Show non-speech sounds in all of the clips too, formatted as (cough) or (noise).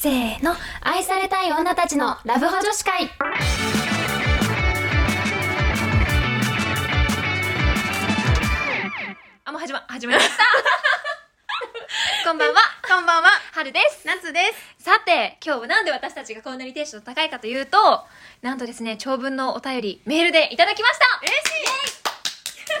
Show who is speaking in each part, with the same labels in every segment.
Speaker 1: せーの愛されたい女たちのラブホ女子会
Speaker 2: あ、もう始ま、始めました。こんばんは。
Speaker 3: こんばんは、
Speaker 2: はるです。
Speaker 3: 夏です。
Speaker 2: さて、今日なんで私たちがこんなにテンション高いかというと、なんとですね、長文のお便り、メールでいただきました
Speaker 3: 嬉しい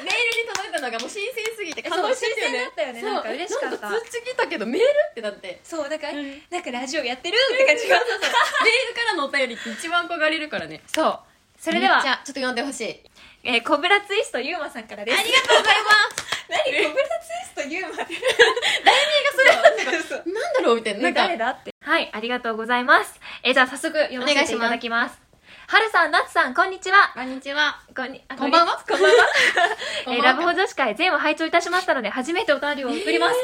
Speaker 3: メールに届いたのがもう新鮮すぎて感動してるよね。
Speaker 2: そう新鮮だったよね
Speaker 3: そう
Speaker 2: なんか嬉しかった
Speaker 3: なんか通知来たけどメールっ
Speaker 2: (laughs)
Speaker 3: てなって。
Speaker 2: そう、なんか、
Speaker 3: うん
Speaker 2: なんかラジオやってるって感じが。
Speaker 3: そうそうメールからのお便りって一番憧れるからね。
Speaker 2: (laughs) そう。そ
Speaker 3: そ
Speaker 2: れでは
Speaker 3: じ、ゃあちょっと読んでほしい。あり
Speaker 2: えー、コブラツイストユーマさんからです。
Speaker 3: がとうございます。
Speaker 2: (laughs) 何コブラツイストユーマって。
Speaker 3: (laughs) なんだろうみたいな。なんか、
Speaker 2: 誰だって。はい、ありがとうございます。えー、じゃあ早速読ませていただきます。はるさん、なつさん、こんにちは。
Speaker 3: こんにちは。
Speaker 2: こんに、あ
Speaker 3: こんばんは。こんば
Speaker 2: (laughs)
Speaker 3: んは。
Speaker 2: えーラブホ女子会全部拝聴いたしましたので初めてお便りを送ります、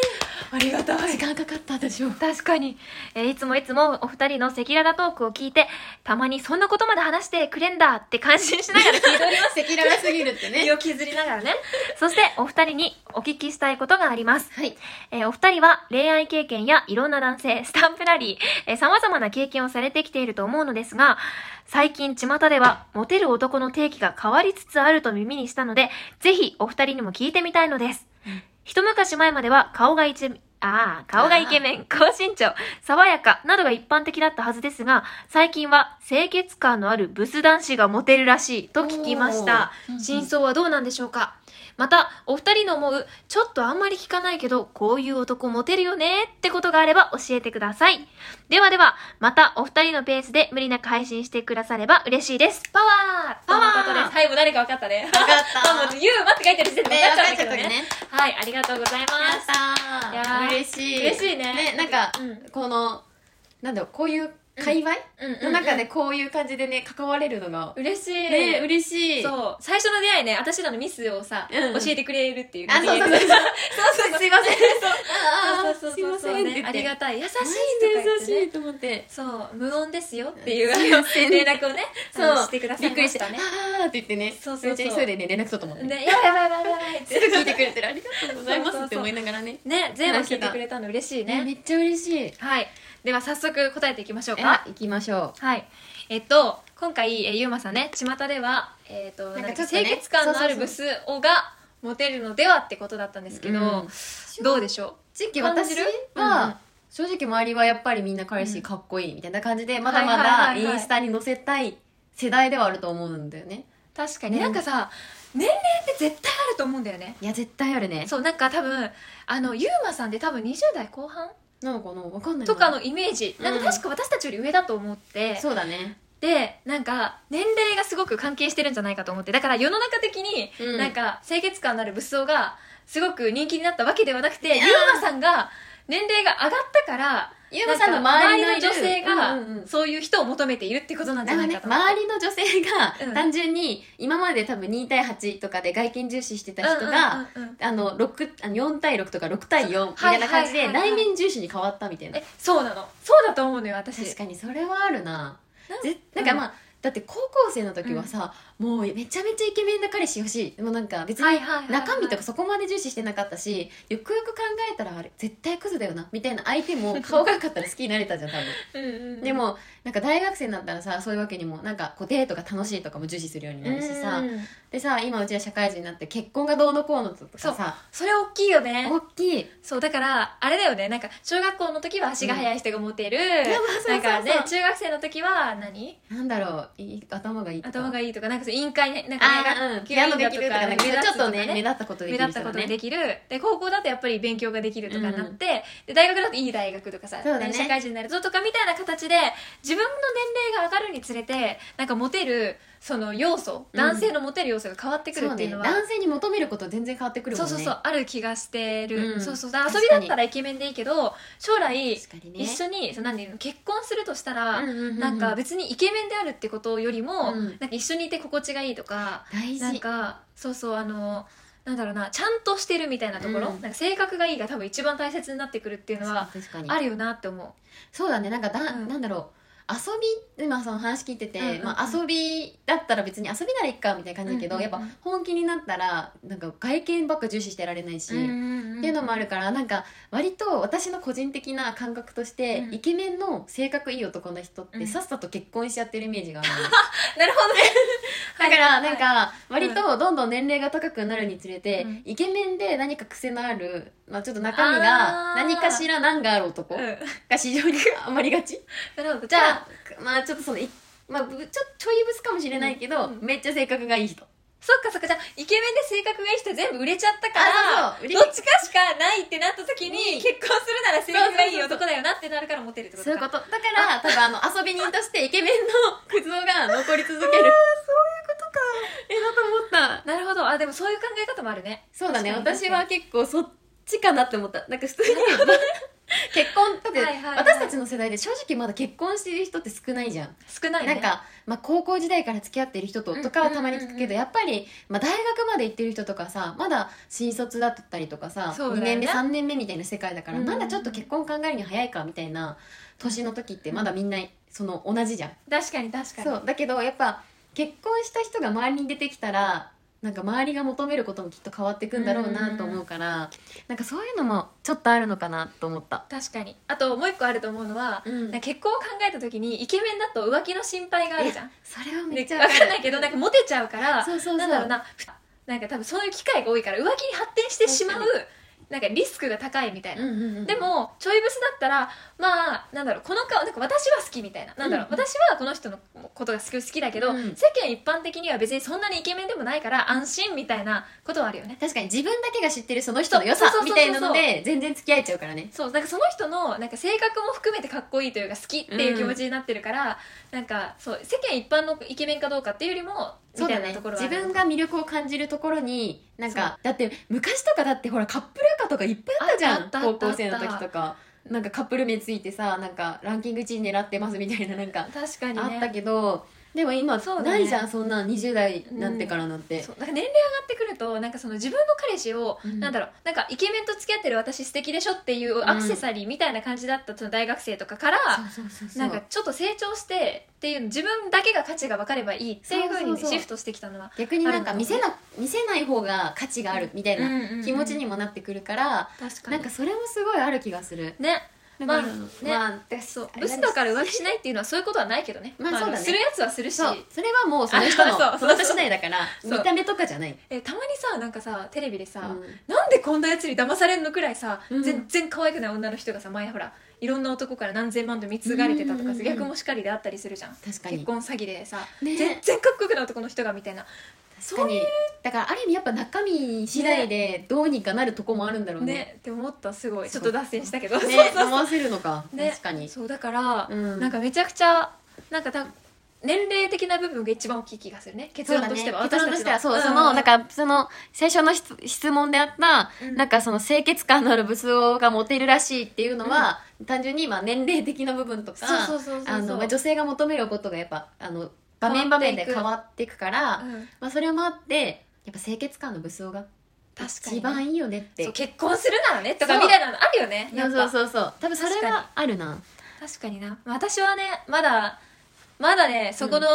Speaker 3: ありがとう。時間かかったでしょ。
Speaker 2: (laughs) 確かに、えーいつもいつもお二人の赤裸々トークを聞いてたまにそんなことまで話してくれんだって感心しながら (laughs) 聞いております
Speaker 3: 赤裸々すぎるって
Speaker 2: 身
Speaker 3: ね。
Speaker 2: を削りながらねそしてお二人にお聞きしたいことがあります、
Speaker 3: はい。
Speaker 2: えーお二人は恋愛経験やいろんな男性 (laughs) スタンプラリーさまざまな経験をされてきていると思うのですが最近巷ではモテる男の定義が変わりつつあると耳にしたのでぜひお二人にも聞いてみたいのです一昔前までは顔が一、ああ、顔がイケメン、高身長、爽やかなどが一般的だったはずですが、最近は清潔感のあるブス男子がモテるらしいと聞きました
Speaker 3: おーうんう。ん
Speaker 2: 真相はどうなんでしょうかまた、お二人の思う、ちょっとあんまり聞かないけど、こういう男モテるよねってことがあれば教えてください。ではでは、またお二人のペースで無理なく配信してくだされば嬉しいです。パワー
Speaker 3: パワー
Speaker 2: とのことです。はい、もう誰か分かったね。
Speaker 3: わかった
Speaker 2: まあもう、ユーマって書いてる時点で分かっちゃうんだけど
Speaker 3: ね分かっちゃった
Speaker 2: ね
Speaker 3: ね。
Speaker 2: はい、ありがとうございます。いや
Speaker 3: や
Speaker 2: ー
Speaker 3: ー嬉しい
Speaker 2: 嬉しいね
Speaker 3: なんか、
Speaker 2: うん
Speaker 3: このなんだろうこういう界隈
Speaker 2: うんうん
Speaker 3: の中でこういう感じでね関われるのが、
Speaker 2: 嬉しい。
Speaker 3: ね嬉しい
Speaker 2: そう。最初の出会いね、私らのミスをさ、
Speaker 3: うん
Speaker 2: 教えてくれるっていう。
Speaker 3: あそうそうそう
Speaker 2: そう
Speaker 3: そうすいません
Speaker 2: そうそう
Speaker 3: そうそうすいませんって言って
Speaker 2: ありがたい。優しい
Speaker 3: マ
Speaker 2: とか言って
Speaker 3: ジで優し
Speaker 2: ね
Speaker 3: いと思って
Speaker 2: そう、無音ですよっていう (laughs) あの連絡をね、あのしてください
Speaker 3: びっ
Speaker 2: ま
Speaker 3: くりし
Speaker 2: して
Speaker 3: あ
Speaker 2: たね。
Speaker 3: ーって言ってね
Speaker 2: そうそうそう
Speaker 3: めっちゃ急いでね連絡取ったもんね
Speaker 2: ね、やばいやばいやばいやばいっ
Speaker 3: す
Speaker 2: て。
Speaker 3: ぐ聞いてくれてるありがとうございますって思いながらね
Speaker 2: ね、全部聞いてくれたの嬉しい
Speaker 3: ねめ
Speaker 2: ね。
Speaker 3: っちゃ嬉しい
Speaker 2: はい。では早速答えていきましょう
Speaker 3: え
Speaker 2: か。
Speaker 3: 行きましょ
Speaker 2: はい。えっと、今回、えーゆうまさんね、巷では、えっ、と、
Speaker 3: なんか
Speaker 2: なん
Speaker 3: ち
Speaker 2: か
Speaker 3: ょっとね
Speaker 2: 清潔感のある
Speaker 3: そ
Speaker 2: ブ
Speaker 3: う
Speaker 2: スをがモテるのではってことだったんですけど、
Speaker 3: うん
Speaker 2: どうでしょ
Speaker 3: う地域
Speaker 2: 感じ
Speaker 3: 私
Speaker 2: る
Speaker 3: は、
Speaker 2: うんうん
Speaker 3: 正直周りはやっぱりみんな彼
Speaker 2: う
Speaker 3: 氏
Speaker 2: ん
Speaker 3: かっこいいみたいな感じでまだま
Speaker 2: は
Speaker 3: だ
Speaker 2: いはい
Speaker 3: イ
Speaker 2: はいはい
Speaker 3: ンスタに載せたい世代ではあると思うんだよね
Speaker 2: う確かに、
Speaker 3: うん
Speaker 2: なんかさ、年齢って絶対あると思うんだよね。
Speaker 3: いや絶対あるね
Speaker 2: そう、なんか多分、あの、ゆうまさんって多分20代後半
Speaker 3: なのかなわかんないな
Speaker 2: とかのイメージ、なん
Speaker 3: うん
Speaker 2: か確か私たちより上だと思って、
Speaker 3: そうだね
Speaker 2: で、なんか、年齢がすごく関係してるんじゃないかと思って、だから世の中的に、
Speaker 3: うん
Speaker 2: なんか、清潔感のある仏像が、すごく人気になったわけではなくて、
Speaker 3: や
Speaker 2: ゆうまさんが、年齢が上がったから、
Speaker 3: ゆうまさんの周りの
Speaker 2: なんか周りの
Speaker 3: うんうん
Speaker 2: 女性
Speaker 3: うん
Speaker 2: が、そういう人を求めているってことなんじ
Speaker 3: だ
Speaker 2: ゃな
Speaker 3: から
Speaker 2: い
Speaker 3: ね
Speaker 2: かと思って。
Speaker 3: 周りの女性
Speaker 2: うん
Speaker 3: が単純に今まで多分2対8とかで外見重視してた人が
Speaker 2: うんうんうんうん
Speaker 3: あの6あの4対6とか6対4みたいな感じ
Speaker 2: はい
Speaker 3: で
Speaker 2: はいはいはい
Speaker 3: 内面重視に変わったみたいな
Speaker 2: え、そうなの。そうだと思うのよ、私。
Speaker 3: 確かにそれはあるな
Speaker 2: なん
Speaker 3: ぜなんかまあだって高校生の時はさ、もうめちゃめちゃイケメンな彼氏欲しいでもなんか別に
Speaker 2: はいはいはいはい
Speaker 3: 中身とかそこまで重視してなかったしよくよく考えたらあれ絶対クズだよなみたいな相手も顔が良かったら好きになれたじゃん多分
Speaker 2: うん (laughs) うんうん
Speaker 3: で、もなんか大学生になったらさそういうわけにもなんかこうデートが楽しいとかも重視するようになるしさ、
Speaker 2: うん
Speaker 3: でさ今うちら社会人になって結婚がどうのこうのとかさ
Speaker 2: それ大きいよね。
Speaker 3: 大きい
Speaker 2: そうだからあれだよねなんか小学校の時は足が速い人がモテる、
Speaker 3: そうそうそ
Speaker 2: な
Speaker 3: うん
Speaker 2: かね中学生の時は何
Speaker 3: なんだろういい頭がいいとか
Speaker 2: 頭がいいとかなんかそう委員会ねなんかね
Speaker 3: あーうん
Speaker 2: 学級委
Speaker 3: ピア
Speaker 2: 員
Speaker 3: ノ
Speaker 2: だ
Speaker 3: できるとかなんかちょっとね目立ったことで
Speaker 2: 目
Speaker 3: き
Speaker 2: 立った
Speaker 3: る人が
Speaker 2: こと
Speaker 3: ね
Speaker 2: ができるで高校だとやっぱり勉強ができるとかになって、で大学だといい大学とかさ、
Speaker 3: そうだね
Speaker 2: 社会人になるぞとかみたいな形で自分の年齢が上がるにつれてなんかモテるその要素
Speaker 3: うん
Speaker 2: 男性のモテる要素が変わってくる
Speaker 3: そう
Speaker 2: っていう
Speaker 3: ね
Speaker 2: のは、
Speaker 3: 男性に求めること全然変わってくるも
Speaker 2: そ
Speaker 3: ん
Speaker 2: う
Speaker 3: ね
Speaker 2: そうそうある気がしてる、
Speaker 3: うん
Speaker 2: そうそうだから遊びだったらイケメンでいいけど将来
Speaker 3: 確かにね
Speaker 2: 一緒にその何ていうの結婚するとしたら、
Speaker 3: うんうんうんうん
Speaker 2: なんか別にイケメンであるってことよりも、
Speaker 3: うん
Speaker 2: なんか一緒にいて心地がいいとか、
Speaker 3: 大事
Speaker 2: なんかそうそうあのなんだろうなちゃんとしてるみたいなところ、
Speaker 3: うん
Speaker 2: なんか性格がいいが多分一番大切になってくるっていうのは
Speaker 3: 確かに
Speaker 2: あるよなって思う
Speaker 3: そうだねなんかだ、
Speaker 2: うん
Speaker 3: なんだろう遊び今その話聞いてて、
Speaker 2: うんうんうん
Speaker 3: まあ、遊びだったら別に遊びならいっかみたいな感じだけど、
Speaker 2: うんうんうん
Speaker 3: やっぱ本気になったらなんか外見ばっか重視してられないし、っていうのもあるからなんか割と私の個人的な感覚として、
Speaker 2: うん
Speaker 3: イケメンの性格いい男の人っ
Speaker 2: う
Speaker 3: て
Speaker 2: ん
Speaker 3: さっさと結婚しちゃってるイメージがあるのね、
Speaker 2: なるほどね
Speaker 3: だからなんか割とどんどん年齢が高くなるにつれて、
Speaker 2: うん
Speaker 3: イケメンで何か癖のある、まあ、ちょっと中身
Speaker 2: あ
Speaker 3: が
Speaker 2: ー
Speaker 3: 何かしら難がある男 (laughs)
Speaker 2: うん
Speaker 3: が市場に余り
Speaker 2: (laughs)
Speaker 3: がち
Speaker 2: なるほど
Speaker 3: じゃあまあちょっとそのいまあ、ぶちょちょいブスかもしれないけど、
Speaker 2: うん
Speaker 3: めっちゃ性格がいい人
Speaker 2: そっかそっかじゃあイケメンで性格がいい人全部売れちゃったから
Speaker 3: あそうそう売れ
Speaker 2: どっちかしかないってなった時に
Speaker 3: に
Speaker 2: 結婚するなら性格がいい男だよなってなるからモテるってこと
Speaker 3: そういう
Speaker 2: か
Speaker 3: ことだから多分あの遊び人としてイケメンの (laughs) クズ男が残り続けるそういうことかえだと思った
Speaker 2: なるほどあでもそういう考え方もあるね
Speaker 3: そうだね
Speaker 2: 確かに
Speaker 3: 私は結構そっちかなって思ったなんか普通に (laughs) 結婚だって
Speaker 2: はいはいはい
Speaker 3: 私たちの世代で正直まだ結婚してる人って少ないじゃん、
Speaker 2: 少ないね
Speaker 3: なんか、まあ、高校時代から付き合ってる人と
Speaker 2: うん
Speaker 3: とかはたまに聞くけど、
Speaker 2: うんうんうん
Speaker 3: やっぱり、まあ、大学まで行ってる人とかさまだ新卒だったりとかさ、
Speaker 2: そうだ
Speaker 3: 2
Speaker 2: よね
Speaker 3: 年目3年目みたいな世界だから、
Speaker 2: うんうん
Speaker 3: まだちょっと結婚考えるに早いかみたいな年の時ってまだみんなその同じじゃん、
Speaker 2: 確かに確かに
Speaker 3: そうだけどやっぱ結婚した人が周りに出てきたらなんか周りが求めることもきっと変わってくんだろうなと思うから、なんかそういうのもちょっとあるのかなと思った。
Speaker 2: 確かにあともう一個あると思うのは、
Speaker 3: うん
Speaker 2: なんか結婚を考えた時にイケメンだと浮気の心配があるじゃん
Speaker 3: それはめ
Speaker 2: で
Speaker 3: っちゃ
Speaker 2: わかんないけどなんかモテちゃう (laughs) から
Speaker 3: そうそうそう
Speaker 2: なんだろうなふなんか多分そういう機会が多いから浮気に発展してしまう
Speaker 3: 確
Speaker 2: なんかリスクが高いみたいな、
Speaker 3: うんうんうん、
Speaker 2: でもちょいブスだったらまあなんだろうこの顔なんか私は好きみたいななんだろう、
Speaker 3: うんうん
Speaker 2: 私はこの人のことが好き好きだけど、
Speaker 3: うん
Speaker 2: 世間一般的には別にそんなにイケメンでもないから安心みたいなことはあるよね
Speaker 3: 確かに自分だけが知ってるその人の良
Speaker 2: そ
Speaker 3: さ
Speaker 2: うそうそ
Speaker 3: み
Speaker 2: うそう
Speaker 3: たいなので全然付き合えちゃうからね
Speaker 2: そうなんかその人のなんか性格も含めてかっこいいというか好きっていう気持ちになってるから、なんかそう世間一般のイケメンかどうかっていうよりもみたいなところはあ
Speaker 3: 自
Speaker 2: る
Speaker 3: 分が魅力を感じるところになんかだって昔とかだってほらカップル赤とかいっぱいあったじ
Speaker 2: あ
Speaker 3: ゃ
Speaker 2: っ
Speaker 3: ん
Speaker 2: たあっ
Speaker 3: 高
Speaker 2: た
Speaker 3: 校生の時とかなんかカップル目ついてさなんかランキング1位狙ってますみたいななんか
Speaker 2: 確かにね
Speaker 3: あったけどでも今
Speaker 2: そうだね
Speaker 3: ないじゃんそんな20代になってからなんて、
Speaker 2: そうなんか年齢上がってくるとなんかその自分の彼氏を、
Speaker 3: うん
Speaker 2: なんだろうなんかイケメンと付き合ってる私素敵でしょっていうアクセサリーみたいな感じだったその大学生とかから、
Speaker 3: そうそうそうそ
Speaker 2: な
Speaker 3: う
Speaker 2: んかちょっと成長してっていう自分だけが価値が分かればいいっていう風
Speaker 3: そう
Speaker 2: に
Speaker 3: そうそう
Speaker 2: シフトしてきたのは
Speaker 3: 逆になんか見せな見せない方が価値があるみたい
Speaker 2: うん
Speaker 3: な
Speaker 2: うんうん
Speaker 3: 気持ちにもなってくるから、
Speaker 2: 確
Speaker 3: なんかそれもすごいある気がする
Speaker 2: ね
Speaker 3: だ
Speaker 2: まあ
Speaker 3: から
Speaker 2: ね
Speaker 3: まあ
Speaker 2: そう
Speaker 3: あれ
Speaker 2: ブスだから浮気しないっていうのはそういうことはないけどね,、
Speaker 3: まあそうだね
Speaker 2: するやつはするし
Speaker 3: そうそれはもうその人の
Speaker 2: そう
Speaker 3: その人次第だから
Speaker 2: そう
Speaker 3: 見た目とかじゃない
Speaker 2: えたまにさなんかさテレビでさ、
Speaker 3: うん
Speaker 2: なんでこんなやつに騙されんのくらいさ、
Speaker 3: うん
Speaker 2: 全然可愛くない女の人がさ前ほらいろんな男から何千万と貢がれてたとかさ、
Speaker 3: うんうんうん
Speaker 2: 逆もしかりであったりするじゃん
Speaker 3: 確か
Speaker 2: 結
Speaker 3: に
Speaker 2: 婚詐欺でさ、
Speaker 3: ね
Speaker 2: 全然かっこよくない男の人がみたいな
Speaker 3: 確かにだからある意味やっぱ中身次第でどうにかなるとこもあるんだろうね
Speaker 2: ねって思ったすごいち
Speaker 3: そ
Speaker 2: ょ
Speaker 3: う
Speaker 2: っと脱線したけど、
Speaker 3: ね
Speaker 2: そうそう
Speaker 3: 思わせるのか
Speaker 2: ね
Speaker 3: 確かに
Speaker 2: そうだから、
Speaker 3: うん
Speaker 2: なんかめちゃくちゃなんかた年齢的な部分が一番大きい気がするね結論としては、
Speaker 3: 結論としてはそう、
Speaker 2: 私た
Speaker 3: そ
Speaker 2: ち
Speaker 3: のなん
Speaker 2: ん
Speaker 3: かその最初の質質問であった、
Speaker 2: うん
Speaker 3: なんかその清潔感のある仏像がモテるらしいっていうのは、単純にまあ年齢的な部分とか
Speaker 2: そうそうそうそうそう
Speaker 3: あのまあ女性が求めることがやっぱあの場面場面で変わっていくから
Speaker 2: うん
Speaker 3: まあ、それもあってやっぱ清潔感の武装が
Speaker 2: 確かにね
Speaker 3: 一番いいよねって
Speaker 2: そう結婚するならねとか
Speaker 3: そう
Speaker 2: みたいなのあるよね
Speaker 3: そう
Speaker 2: や
Speaker 3: そ
Speaker 2: っ
Speaker 3: う
Speaker 2: ぱ
Speaker 3: そうそう多分それはあるな
Speaker 2: 確かにな私はねまだまだねそこの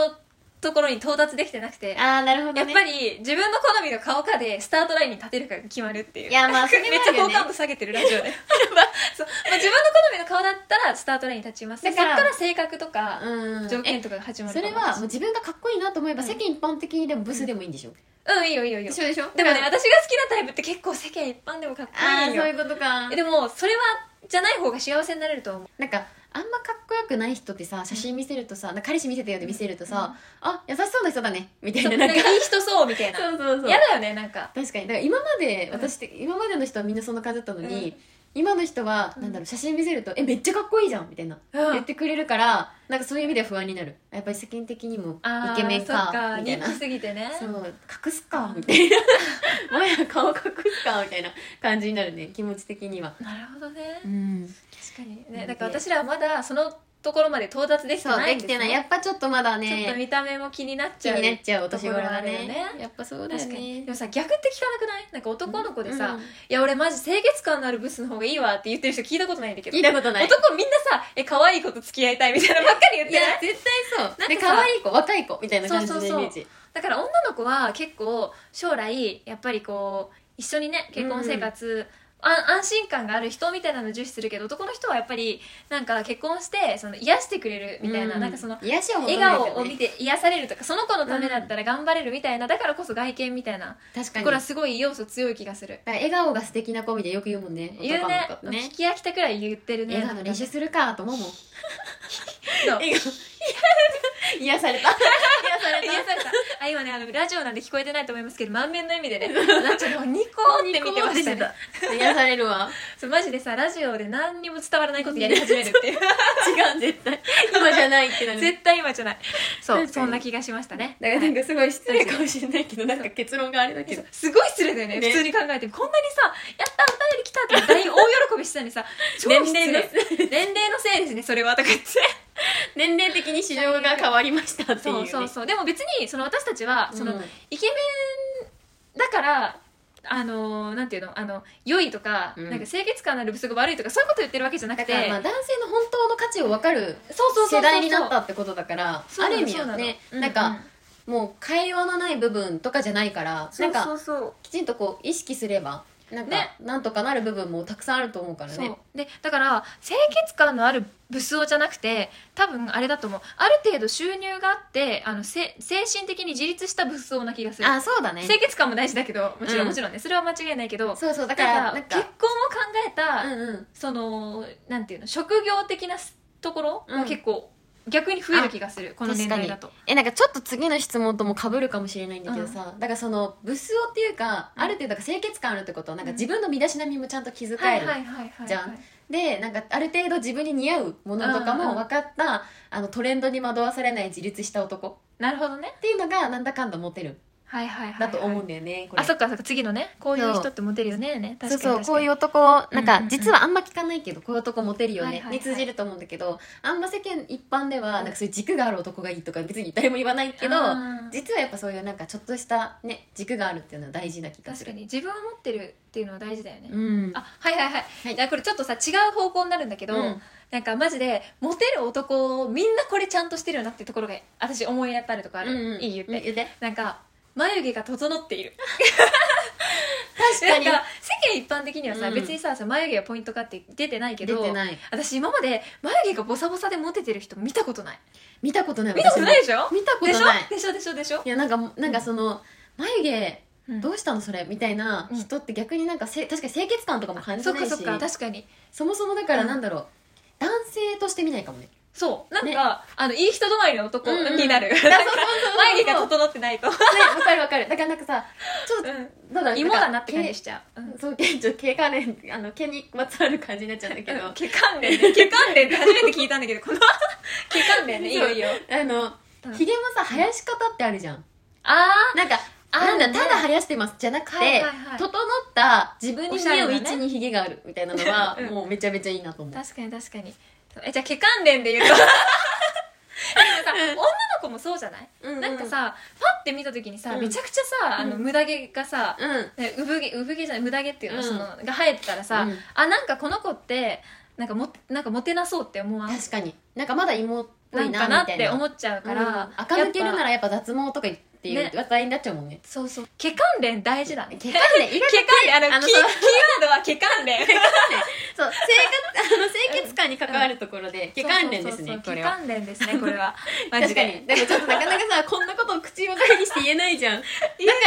Speaker 2: ところに到達できてなくて、
Speaker 3: ああなるほどね
Speaker 2: やっぱり自分の好みの顔かでスタートラインに立てるかが決まるっていう
Speaker 3: いやまあそれは
Speaker 2: めっちゃ
Speaker 3: あるよ
Speaker 2: 好
Speaker 3: ね
Speaker 2: 感度下げてるラジオで
Speaker 3: (laughs)
Speaker 2: まあそうまあ自分の好みの顔だったらスタートラインに立ちます
Speaker 3: だ
Speaker 2: そ
Speaker 3: か
Speaker 2: っ
Speaker 3: ら
Speaker 2: から性格とか、
Speaker 3: うん
Speaker 2: 条件とかが始
Speaker 3: え
Speaker 2: ま
Speaker 3: そ
Speaker 2: るか
Speaker 3: れ
Speaker 2: も
Speaker 3: はもう自分がかっこいいなと思えば、
Speaker 2: うん
Speaker 3: 世間一般的にでもブスでもいいんでしょ、
Speaker 2: うんいいよいいよいいよ
Speaker 3: 一緒でしょ
Speaker 2: でもね
Speaker 3: だ
Speaker 2: 私
Speaker 3: か
Speaker 2: が好きなタイプって結構世間一般でもかっこ
Speaker 3: あ
Speaker 2: いい
Speaker 3: あそう
Speaker 2: よ
Speaker 3: いうことか
Speaker 2: えでもそれはじゃない方が幸せになれると思う
Speaker 3: なんかあんまかっこよくない人ってさ写真見せるとさなんか彼氏見せてよって見せるとさ、あ優しそうな人だねみたい
Speaker 2: そうな
Speaker 3: ななんん
Speaker 2: か
Speaker 3: か
Speaker 2: いい人そうみたいな
Speaker 3: そうそうそう
Speaker 2: 嫌だよねなんか
Speaker 3: 確かにだから今まで
Speaker 2: うん
Speaker 3: 私って、今までの人はみんなそんな感じだったの
Speaker 2: う
Speaker 3: に、
Speaker 2: ん
Speaker 3: 今の人は、
Speaker 2: うん
Speaker 3: なんだろう写真見せると「えめっちゃかっこいいじゃん」みたいな、
Speaker 2: うん
Speaker 3: 言ってくれるからなんかそういう意味では不安になるやっぱり世間的にも
Speaker 2: あー
Speaker 3: イケメン
Speaker 2: そ
Speaker 3: か
Speaker 2: っか
Speaker 3: みたいな
Speaker 2: 人気すぎてね
Speaker 3: そう隠すかみたいな (laughs) もはや顔隠すかみたいな感じになるね気持ち的には
Speaker 2: なるほどね
Speaker 3: うん
Speaker 2: 確かに
Speaker 3: な
Speaker 2: ね
Speaker 3: んで
Speaker 2: だから私らはまだそのところまで到達できて
Speaker 3: そう
Speaker 2: な
Speaker 3: で
Speaker 2: いん
Speaker 3: き
Speaker 2: す
Speaker 3: て
Speaker 2: ね
Speaker 3: ないやっぱちょっとま
Speaker 2: ちょっ
Speaker 3: だ
Speaker 2: と
Speaker 3: ね
Speaker 2: 見た目も気になっ
Speaker 3: 気
Speaker 2: ちゃう
Speaker 3: になっちゃうお年頃が
Speaker 2: ところある
Speaker 3: ね
Speaker 2: よね
Speaker 3: やっぱそうだよ
Speaker 2: 確かに
Speaker 3: ね
Speaker 2: でもさ逆って聞かなくないなんか男の子でさ「
Speaker 3: うん
Speaker 2: いや俺マジ清潔感のあるブスの方がいいわ」って言ってる人聞いたことないんだけど
Speaker 3: 聞いたことない
Speaker 2: 男みんなさ「え可愛い子と付き合いたい」みたいなばっかり言っ
Speaker 3: い
Speaker 2: て
Speaker 3: や
Speaker 2: ない
Speaker 3: 絶対そうで
Speaker 2: なんかさ
Speaker 3: 可愛い子若い子みたいな感じのイメー
Speaker 2: そうそうそ
Speaker 3: ジ
Speaker 2: だから女の子は結構将来やっぱりこう一緒にね結婚生活、あ安心感がある人みたいなの重視するけど男の人はやっぱりなんか結婚してその癒してくれるみたいな、
Speaker 3: う
Speaker 2: なんかその
Speaker 3: 癒しを求め
Speaker 2: 笑
Speaker 3: るよね
Speaker 2: 顔を見て癒されるとかその子のためだったら頑張れるみたいなだからこそ外見みたいな
Speaker 3: 確か
Speaker 2: と
Speaker 3: に
Speaker 2: ころはすごい要素強い気がする
Speaker 3: だから笑顔が素敵な子みたいなよく言うもんね
Speaker 2: 言うね
Speaker 3: 男の子
Speaker 2: 聞き飽きたくらい言ってるね
Speaker 3: 笑顔の練習するかと思
Speaker 2: (laughs)
Speaker 3: うもん
Speaker 2: そう
Speaker 3: 笑
Speaker 2: (laughs)
Speaker 3: 顔癒された癒され
Speaker 2: 癒
Speaker 3: た
Speaker 2: されたあ今ねあのラジオなんで聞こえてないと思いますけど満面の意味でねラジオのニコーって見てましたね
Speaker 3: 癒されるわ
Speaker 2: そうマジでさラジオで何にも伝わらないことやり始める
Speaker 3: (laughs)
Speaker 2: っていう
Speaker 3: 違う絶対今じゃないってなる
Speaker 2: 絶対今じゃないそ
Speaker 3: 確
Speaker 2: う
Speaker 3: かに
Speaker 2: そんな気がしましたね
Speaker 3: だからなんかすごい失礼かもしれないけどなんか結論があれだけど
Speaker 2: すごい失礼だよね
Speaker 3: ね
Speaker 2: 普通に考えてこんなにさ「やったお便り来た」って大大喜びしたのにさ「超失
Speaker 3: (laughs) 年
Speaker 2: 礼
Speaker 3: 齢の
Speaker 2: 年齢のせいですねそれは」とか言って
Speaker 3: 年齢的に市場が変わりましたってい
Speaker 2: (laughs) そう
Speaker 3: う、ね、
Speaker 2: そうそうでも別にその私たちはその、
Speaker 3: うん
Speaker 2: イケメンだからあのーなんていうのあの良いとか,、
Speaker 3: うん
Speaker 2: なんか清潔感のある不足が悪いとかそういうこと言ってるわけじゃなく
Speaker 3: だ
Speaker 2: て
Speaker 3: からまあ男性の本当の価値を分かる
Speaker 2: そうそうそうそう
Speaker 3: 世代になったってことだから
Speaker 2: そう
Speaker 3: あ
Speaker 2: な
Speaker 3: る
Speaker 2: の
Speaker 3: 意味はね
Speaker 2: そうの
Speaker 3: なん
Speaker 2: う
Speaker 3: かもう会話のない部分とかじゃないから
Speaker 2: う
Speaker 3: なん
Speaker 2: そ
Speaker 3: んか
Speaker 2: うそうそう
Speaker 3: きちんとこう意識すればなんか
Speaker 2: ね
Speaker 3: なんとかなる部分もたくさんあると思うから
Speaker 2: そ
Speaker 3: ね
Speaker 2: うでだから清潔感のある武装じゃなくて多分あれだと思うある程度収入があってあのせ精神的に自立した武装な気がする、
Speaker 3: あそうだね
Speaker 2: 清潔感も大事だけどもちろん、
Speaker 3: うん
Speaker 2: もちろんねそれは間違いないけど
Speaker 3: そうそう
Speaker 2: だ
Speaker 3: だか
Speaker 2: からら
Speaker 3: なん
Speaker 2: 結婚を
Speaker 3: か
Speaker 2: 考えた、
Speaker 3: うんうん
Speaker 2: そのなんていうの職業的なすところも結構、逆に増える気がするこの年代だと
Speaker 3: えなんかちょっと次の質問とも被るかもしれないんだけどさ、だからそのブス男っていうかある程度なんか清潔感あるってことはなんか自分の身だしなみもちゃんと気遣える、
Speaker 2: はいはいはいはい
Speaker 3: じゃんでなんかある程度自分に似合うものとか
Speaker 2: うんう
Speaker 3: も
Speaker 2: ん
Speaker 3: 分かった、あのトレンドに惑わされない自立した男
Speaker 2: なるほどね
Speaker 3: っていうのがなんだかんだモテる
Speaker 2: はいはいはいはい
Speaker 3: だと思うんだよね、これ
Speaker 2: あそっかそっか次のねこういう人ってモテるよねね
Speaker 3: そ
Speaker 2: 確
Speaker 3: う
Speaker 2: かに確か
Speaker 3: そう
Speaker 2: に
Speaker 3: こういう男な
Speaker 2: う
Speaker 3: ん
Speaker 2: んうんう
Speaker 3: か
Speaker 2: ん
Speaker 3: 実はあんま聞かないけどこういう男モテるよね、
Speaker 2: はいはいはい
Speaker 3: に通じると思うんだけどあんま世間一般ではなんかそういう軸がある男がいいとか別に誰も言わないけど、
Speaker 2: うん
Speaker 3: 実はやっぱそういうなんかちょっとしたね軸があるっていうのは大事な気がす
Speaker 2: 確
Speaker 3: る
Speaker 2: かに自分を持ってるっていうのは大事だよね、
Speaker 3: うん
Speaker 2: あはいはいはい、
Speaker 3: はい
Speaker 2: いやこれちょっとさ違う方向になるんだけど、
Speaker 3: うん
Speaker 2: なんかマジでモテる男みんなこれちゃんとしてるよなってところが私思い当たるとかある、いい言って、
Speaker 3: うん言って
Speaker 2: なんか眉毛が整っている
Speaker 3: 確
Speaker 2: な
Speaker 3: か
Speaker 2: ん
Speaker 3: に
Speaker 2: か世間一般的にはさ、
Speaker 3: うん
Speaker 2: 別にささ眉毛はポイントかって出てないけ
Speaker 3: 出
Speaker 2: ど
Speaker 3: てない
Speaker 2: 私今まで眉毛がボサボサでモテてる人見たことない
Speaker 3: 見たことない
Speaker 2: 見たことないでしょ
Speaker 3: 私も見たこ
Speaker 2: でし
Speaker 3: とない
Speaker 2: ょでしょでしょでしょ
Speaker 3: いやなんかなんかその眉毛
Speaker 2: うん
Speaker 3: どうしたのそれみたいな
Speaker 2: うん
Speaker 3: 人って逆になんかせ確かに清潔感とかも感じ
Speaker 2: そっ
Speaker 3: ない
Speaker 2: か
Speaker 3: し
Speaker 2: そっか確かに
Speaker 3: そもそもだからなんだろう、男性として見ないかも
Speaker 2: (laughs)
Speaker 3: ね
Speaker 2: そうなんか、
Speaker 3: ね
Speaker 2: あのいい人止まりの男
Speaker 3: うんうん
Speaker 2: になる、
Speaker 3: そう
Speaker 2: なん
Speaker 3: そう
Speaker 2: か
Speaker 3: そうそう
Speaker 2: 眉毛が整って (laughs) ないと、
Speaker 3: ねわかるわかるだからなんかさちょっと、
Speaker 2: う
Speaker 3: ただ
Speaker 2: ん、芋だなって感じし
Speaker 3: 毛
Speaker 2: ちゃう、うん
Speaker 3: そう毛ちょっと毛関連あの毛にまつわる感じになっちゃうんだけど、
Speaker 2: うん毛関連で毛関連って初めて聞いたんだけどこの毛関連ねいいよいいよ
Speaker 3: あの、
Speaker 2: うん
Speaker 3: ひげもさ生やし方ってあるじゃん
Speaker 2: あ
Speaker 3: なんか
Speaker 2: あ
Speaker 3: なんだ
Speaker 2: る
Speaker 3: た
Speaker 2: ね
Speaker 3: だ生やしてますじゃなくて、
Speaker 2: はいはいはい
Speaker 3: 整った自分に似合う
Speaker 2: お
Speaker 3: 位
Speaker 2: しゃれな
Speaker 3: 置
Speaker 2: ね
Speaker 3: にひげがあるみたいなのは、
Speaker 2: うん
Speaker 3: もうめちゃめちゃいいなと思う
Speaker 2: あ確かに確かにえじゃあ毛関連で言うとでも
Speaker 3: (laughs)
Speaker 2: さ女の子もそうじゃない、
Speaker 3: うんうん
Speaker 2: なんかさパッて見た時にさ、
Speaker 3: うん
Speaker 2: めちゃくちゃさあの
Speaker 3: うん
Speaker 2: 無駄毛がさ、
Speaker 3: うん
Speaker 2: ね産毛産毛じゃない無駄毛っていうの,、
Speaker 3: うん
Speaker 2: そのが生えてたらさ、
Speaker 3: うん
Speaker 2: あなんかこの子ってなんかもなんかモテなそうって思わん
Speaker 3: 確かになんかまだ芋っぽ
Speaker 2: ないん
Speaker 3: な
Speaker 2: か
Speaker 3: みたいな
Speaker 2: なって思っちゃうから、
Speaker 3: うん垢抜ける
Speaker 2: や
Speaker 3: な
Speaker 2: っぱ
Speaker 3: らやっぱ脱毛とか言っていう
Speaker 2: ね
Speaker 3: 話題になっちゃうもんね
Speaker 2: そうそう毛関連大事
Speaker 3: (laughs)
Speaker 2: だね
Speaker 3: 毛関連
Speaker 2: 毛
Speaker 3: 意外と
Speaker 2: 関連あの
Speaker 3: あの
Speaker 2: キーキー
Speaker 3: そう
Speaker 2: ワードは毛関連
Speaker 3: そう生活あの清潔感に関わるところ (laughs) で毛関連です
Speaker 2: そう
Speaker 3: ね
Speaker 2: そうそ
Speaker 3: こ
Speaker 2: う
Speaker 3: れ
Speaker 2: 毛
Speaker 3: は
Speaker 2: 関連ですねこれ
Speaker 3: (laughs)
Speaker 2: はマジ
Speaker 3: 確か
Speaker 2: で
Speaker 3: にでもちょっとなかなかさこんなことを口を介にして言えない
Speaker 2: (laughs)
Speaker 3: じゃんだか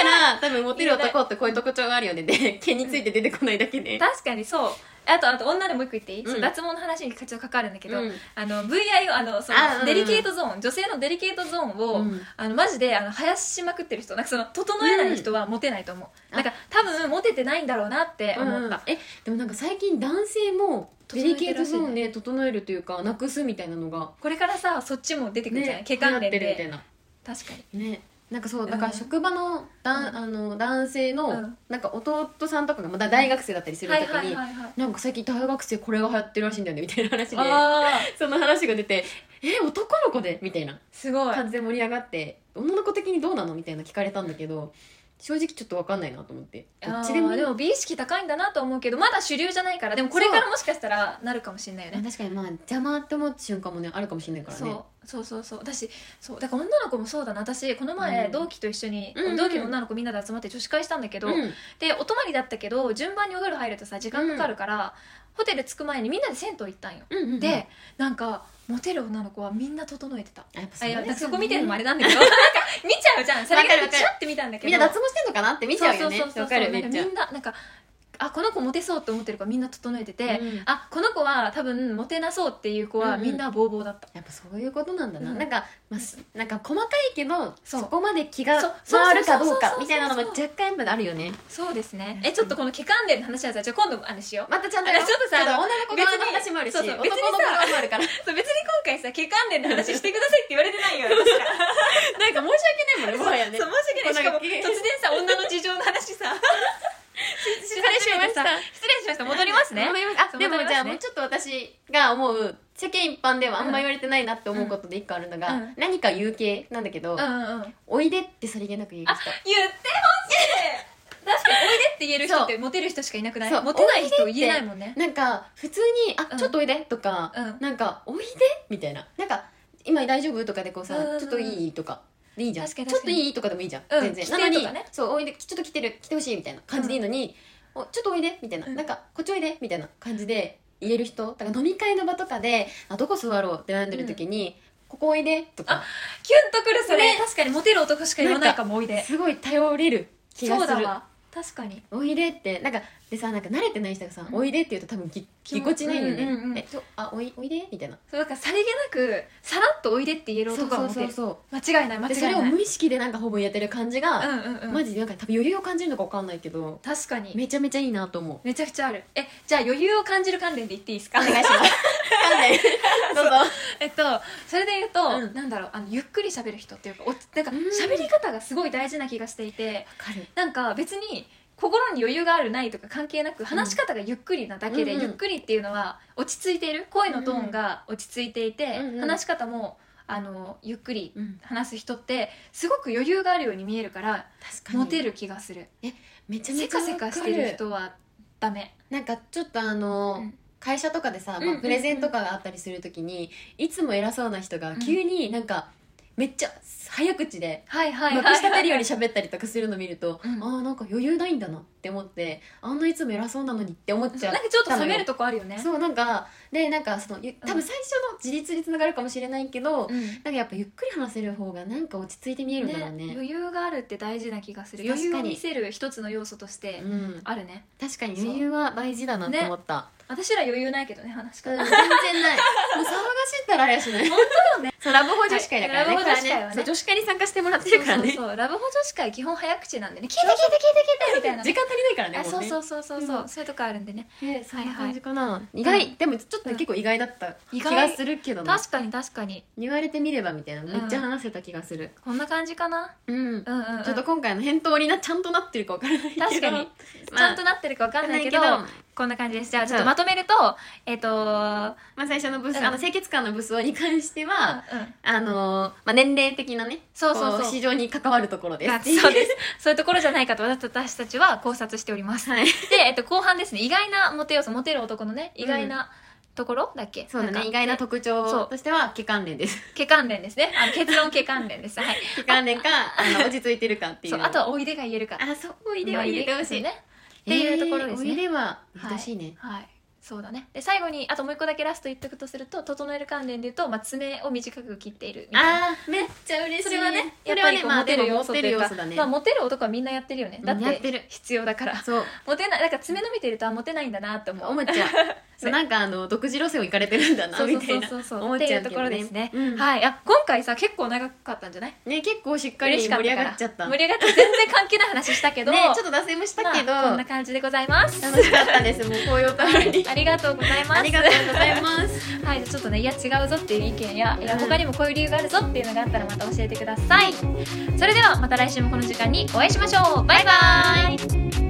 Speaker 3: ら多分モテる男ってこういう特徴があるよねで毛について出てこないだけ
Speaker 2: (laughs)
Speaker 3: で
Speaker 2: 確かにそうあとあと女でもう一個言っていい、
Speaker 3: うん
Speaker 2: そう脱毛の話にちょっと関わるんだけど、
Speaker 3: うん
Speaker 2: あの VI をあのそ
Speaker 3: あうんう
Speaker 2: の
Speaker 3: ん
Speaker 2: デリケートゾーン、女性のデリケートゾーンを、
Speaker 3: うん
Speaker 2: あのマジであの生やしまくってる人なんかその整えない人はモテないと思う、
Speaker 3: うん
Speaker 2: なんか多分モテてないんだろうなって思った、
Speaker 3: えでもなんか最近男性も
Speaker 2: 整
Speaker 3: デ
Speaker 2: えてる
Speaker 3: リ
Speaker 2: らしいね
Speaker 3: ケートゾーンで整えるというかなくすみたいなのが
Speaker 2: これからさそっちも出てくるんじゃない、
Speaker 3: ね
Speaker 2: 毛関連
Speaker 3: 流行ってるみ
Speaker 2: で
Speaker 3: たい
Speaker 2: 確かに
Speaker 3: なねなんかそうだから職場のだん、あの男性の、
Speaker 2: うん
Speaker 3: なんか弟さんとかがまだ大学生だったりする時に、
Speaker 2: いはい
Speaker 3: なんか最近大学生これが流行ってるらしいんだよねみたいな話で
Speaker 2: あー
Speaker 3: その話が出て「え男の子で?」みたいな
Speaker 2: すごい
Speaker 3: 感じで盛り上がって女の子的にどうなのみたいな聞かれたんだけど正直ちょっと分かんないなと思ってどっちでも
Speaker 2: あーでも美意識高いんだなと思うけどまだ主流じゃないからでもこれからもしかしたらなるかもしれないよね
Speaker 3: 確かにまあ邪魔って思った瞬間もねあるかもしれないからね
Speaker 2: そうそうそうそう私そうだから女の子もそうだな私この前、
Speaker 3: うん
Speaker 2: 同期と一緒に、
Speaker 3: うんうんうん
Speaker 2: 同期の女の子みんなで集まって女子会したんだけど、
Speaker 3: うん
Speaker 2: でお泊まりだったけど順番にお風呂入るとさ時間かかるから、ホテル着く前にみんなで銭湯行ったんよ、
Speaker 3: うんうんうん
Speaker 2: でなんかモテる女の子はみんな整えてた
Speaker 3: あやっぱ
Speaker 2: あい
Speaker 3: うだ
Speaker 2: や
Speaker 3: よね
Speaker 2: 私そこ見てるのもあれなんだ
Speaker 3: (laughs)
Speaker 2: けどなんか見ちゃうじゃんそれ
Speaker 3: わかる
Speaker 2: が
Speaker 3: わかる
Speaker 2: ちらって見たんだけど
Speaker 3: みんな脱毛してんのかなって見ちゃうよね
Speaker 2: そうそうそう
Speaker 3: わ
Speaker 2: そう
Speaker 3: かる
Speaker 2: な
Speaker 3: め
Speaker 2: んか
Speaker 3: っち
Speaker 2: み
Speaker 3: ゃ
Speaker 2: んななんかあこの子モテそうって思ってるからみんな整えてて、
Speaker 3: うん
Speaker 2: あこの子は多分モテなそうっていう子
Speaker 3: うん
Speaker 2: は
Speaker 3: うん
Speaker 2: みんなボーボーだった、
Speaker 3: やっぱそういうことなんだな、
Speaker 2: うん
Speaker 3: なんか、まあ、すなんか細かいけど
Speaker 2: そ
Speaker 3: そうこまで気が
Speaker 2: そうそう
Speaker 3: 回るか
Speaker 2: そうそ
Speaker 3: ど
Speaker 2: ううそう
Speaker 3: か
Speaker 2: そう
Speaker 3: みたいなのも若干やっぱあるよね
Speaker 2: そうですねえちょっとこの毛関連の話はさじゃあ今度あれしよう、
Speaker 3: またちゃんと
Speaker 2: あれちょっとさ
Speaker 3: 女の子側の話もあるし
Speaker 2: 別にそうそう
Speaker 3: 男
Speaker 2: 別に
Speaker 3: の子
Speaker 2: さ
Speaker 3: 側もあるから
Speaker 2: そう別に今回さ毛関連の話してくださいって (laughs) 言われてないよ私ら
Speaker 3: なんか申し訳ないもんねもはやね
Speaker 2: そう申し訳ないしかも
Speaker 3: こ
Speaker 2: 突
Speaker 3: んな
Speaker 2: 然
Speaker 3: の
Speaker 2: さ女の事情の話 (laughs) さ失礼しました失礼しました戻りますね
Speaker 3: 戻りますあでもじゃあもうちょっと私が思う世間一般ではあんま言われてないなって思うことで一個あるのが、
Speaker 2: うん
Speaker 3: 何か有形なんだけど、
Speaker 2: うんうんうん
Speaker 3: おいでってさりげなく言う人
Speaker 2: 言ってほしい確かにおいでって言える人ってモテる人しかいなくない
Speaker 3: そう
Speaker 2: モテない人言えないもんね
Speaker 3: なんか普通に「
Speaker 2: う
Speaker 3: あ
Speaker 2: ん
Speaker 3: ちょっとおいで」とか、
Speaker 2: うん
Speaker 3: なんか「おいで」みたいななんか「今大丈夫?」とかでこうさ「
Speaker 2: うんうんうん
Speaker 3: ちょっといい?」とかでいいじゃん
Speaker 2: 確かに
Speaker 3: ちょっ
Speaker 2: 確
Speaker 3: と
Speaker 2: かに
Speaker 3: いい?」とかでもいいじゃん、
Speaker 2: うん
Speaker 3: 全然
Speaker 2: 来
Speaker 3: な
Speaker 2: て
Speaker 3: のに
Speaker 2: とかね
Speaker 3: そう「おいでちょっと来てる来てほしい」みたいな感じでいいのに「おちょっとおいで」みたいな、
Speaker 2: うん
Speaker 3: なんか「こっちおいで」みたいな感じで言える人だから飲み会の場とかで「あどこ座ろう?」って悩んでる時に「ここおいで」とか
Speaker 2: キュンとくるそれ、
Speaker 3: ね
Speaker 2: 確かにモテる男しか言わないかもおいです
Speaker 3: ごい頼れる気が
Speaker 2: そう
Speaker 3: す
Speaker 2: だ
Speaker 3: る
Speaker 2: わ確かに
Speaker 3: おいでってなんかでさなんか慣れてない人がさ「おいで」って言うと多分ぎぎこちないよね、
Speaker 2: うんうんうん
Speaker 3: えちょあおいおいでみたいな
Speaker 2: そうだからさりげなくさらっとおいでって言える男はモテる
Speaker 3: そ
Speaker 2: 間違いない間
Speaker 3: で
Speaker 2: 違い
Speaker 3: それ
Speaker 2: な
Speaker 3: を
Speaker 2: い
Speaker 3: 無意識でなんかほぼやってる感じが、
Speaker 2: うんうんうん
Speaker 3: マジでなんか多分余裕を感じるのか分かんないけど
Speaker 2: 確かに
Speaker 3: めちゃめちゃいいなと思う
Speaker 2: めちゃくちゃあるえじゃあ余裕を感じる関連で言っていいですか
Speaker 3: お願いしますどうぞ
Speaker 2: (laughs) えっとそれで言うと、
Speaker 3: うん
Speaker 2: なんだろうあのゆっくり喋る人っていうかおなんか
Speaker 3: うん
Speaker 2: 喋り方がすごい大事な気がしていて
Speaker 3: かる
Speaker 2: なんか別に心に余裕があるないとか関係なく話し方がゆっくりなだけで、
Speaker 3: うんうん
Speaker 2: ゆっくりっていうのは落ち着いている声のトーンが落ち着いていて、
Speaker 3: うんうん
Speaker 2: 話し方もあのゆっくり
Speaker 3: うん
Speaker 2: 話す人ってすごく余裕があるように見えるから
Speaker 3: 確かに
Speaker 2: モテる気がする
Speaker 3: めちゃ
Speaker 2: せ
Speaker 3: めちゃ
Speaker 2: かせ
Speaker 3: 分
Speaker 2: かし
Speaker 3: か
Speaker 2: てる
Speaker 3: る
Speaker 2: 人はダメ
Speaker 3: なんかちょっとあの、
Speaker 2: うん
Speaker 3: 会社とかでさ、
Speaker 2: うんうん
Speaker 3: ま
Speaker 2: う
Speaker 3: あ、
Speaker 2: ん
Speaker 3: プレゼンとかがあったりするときにいつも偉そうな人が急になんかめっちゃ早口で
Speaker 2: はいはいはい
Speaker 3: まくしてたりより喋ったりとかするの見ると、
Speaker 2: うん
Speaker 3: ああなんか余裕ないんだなって思ってあんないつも偉そうなのにって思っち
Speaker 2: な
Speaker 3: ゃ
Speaker 2: ん
Speaker 3: う
Speaker 2: かちょっと冷めるとこあるよね
Speaker 3: そうなんかでなんかそのゆ多
Speaker 2: う
Speaker 3: 分
Speaker 2: ん
Speaker 3: 最初の自立につながるかもしれないけど、
Speaker 2: うん
Speaker 3: なんかやっぱゆっくり話せる方がなんか落ち着いて見えるんだろうね
Speaker 2: ね余裕があるって大事な気がする
Speaker 3: 確か
Speaker 2: 余裕
Speaker 3: に
Speaker 2: を見せる一つの要素として
Speaker 3: うん、
Speaker 2: あるね
Speaker 3: 確かに余裕は大事だなって思った、
Speaker 2: 私ら余裕ないけどね話し
Speaker 3: うん
Speaker 2: 方 (laughs)
Speaker 3: 全然ないもう騒がしいったらあれやし (laughs) ない本当よねそうラブホ女子会だからね,、
Speaker 2: はいラブホ女子会はね
Speaker 3: そう女子会に参加してもらってるからね
Speaker 2: そうそうそうラブホ女子会基本早口なんでね聞いて聞いて聞いてみたいな
Speaker 3: (laughs) 時間足りないからね
Speaker 2: あそうそううそうそうそう、そういうとこあるんでね
Speaker 3: ねそんな感じかな、意
Speaker 2: はい
Speaker 3: 外、でもちょっとね結構意外だった
Speaker 2: 意
Speaker 3: 気
Speaker 2: 外
Speaker 3: がするけどな
Speaker 2: 確かに確かに
Speaker 3: 言われてみればみたいなめっちゃ話せた気がする
Speaker 2: こんな感じかな
Speaker 3: うん
Speaker 2: うんうん、うん、
Speaker 3: ちょっと今回の返答になちゃんとなってるかわからないけど
Speaker 2: 確かに、ちゃんとなってるかわかんないけど
Speaker 3: わかんないけ
Speaker 2: こんな感じですじゃあちょっとまとめるとえっ、と
Speaker 3: まあ、最初のブス、
Speaker 2: うん
Speaker 3: あの清潔感の武装に関して
Speaker 2: うん
Speaker 3: は、あのーまあ、年齢的なね
Speaker 2: そうそうそう
Speaker 3: こ市場に関わるところです
Speaker 2: あそうですすそういうところじゃないかと私たちは考察しております
Speaker 3: はい
Speaker 2: で、えっと、後半ですね意外なモテ要素モテる男のね意外なところだっけ、
Speaker 3: そうだ
Speaker 2: んか
Speaker 3: ね意外な特徴
Speaker 2: そう
Speaker 3: としては毛関連です
Speaker 2: 毛関連ですねあの結論毛関連ですはい
Speaker 3: 毛関連 (laughs) かあの落ち着いてるかっていう
Speaker 2: そうあとはおいでが言えるか
Speaker 3: あそうお
Speaker 2: お
Speaker 3: いでは入れてほしい、
Speaker 2: ねっていうところですね
Speaker 3: えーおいでは
Speaker 2: はい
Speaker 3: 難しいね、
Speaker 2: はいそうだねで最後にあともう一個だけラスト言っとくとすると整える関連で言うと、まあ、爪を短く切っているみたいな
Speaker 3: あーめっちゃ嬉しい
Speaker 2: それはね
Speaker 3: そ
Speaker 2: やっ
Speaker 3: れ
Speaker 2: ぱ
Speaker 3: は
Speaker 2: り
Speaker 3: ね
Speaker 2: こう
Speaker 3: まあ
Speaker 2: モ
Speaker 3: で
Speaker 2: テる
Speaker 3: も
Speaker 2: 要
Speaker 3: モ
Speaker 2: 素
Speaker 3: テ
Speaker 2: とい
Speaker 3: る
Speaker 2: う
Speaker 3: 要
Speaker 2: か
Speaker 3: 素だね、
Speaker 2: まあ、モテる男はみんなやってるよねだっ
Speaker 3: やって
Speaker 2: て
Speaker 3: る
Speaker 2: 必要だから
Speaker 3: そう
Speaker 2: モテないだから爪の見てるとあモテないんだなって思う
Speaker 3: 思っ
Speaker 2: (laughs)
Speaker 3: ちゃう、そうなんかあの独自路線を行かれてるんだな
Speaker 2: そうそう
Speaker 3: みた
Speaker 2: そ
Speaker 3: いうな
Speaker 2: そうそう
Speaker 3: 思っ
Speaker 2: って
Speaker 3: ち
Speaker 2: い
Speaker 3: ゃ
Speaker 2: う
Speaker 3: うけ
Speaker 2: と
Speaker 3: どね
Speaker 2: ころですね、
Speaker 3: うん
Speaker 2: はいあ今回さ結構長かったんじゃない
Speaker 3: ね結構しっかり
Speaker 2: 嬉しか
Speaker 3: 盛
Speaker 2: っ
Speaker 3: り
Speaker 2: た
Speaker 3: 上
Speaker 2: か
Speaker 3: が
Speaker 2: ら
Speaker 3: っちゃった
Speaker 2: 盛り上がった全然関係ない話したけど
Speaker 3: ねちょっと脱線もしたけど、
Speaker 2: まあこんな感じでございます
Speaker 3: 楽しかったですもう紅葉と春に
Speaker 2: (laughs) ありがとうございます
Speaker 3: ありがとうございます。
Speaker 2: はい、ちょっとね、いや違うぞっていう意見や、いや他にもこういう理由があるぞっていうのがあったらまた教えてください。それではまた来週もこの時間にお会いしましょう。バイバイ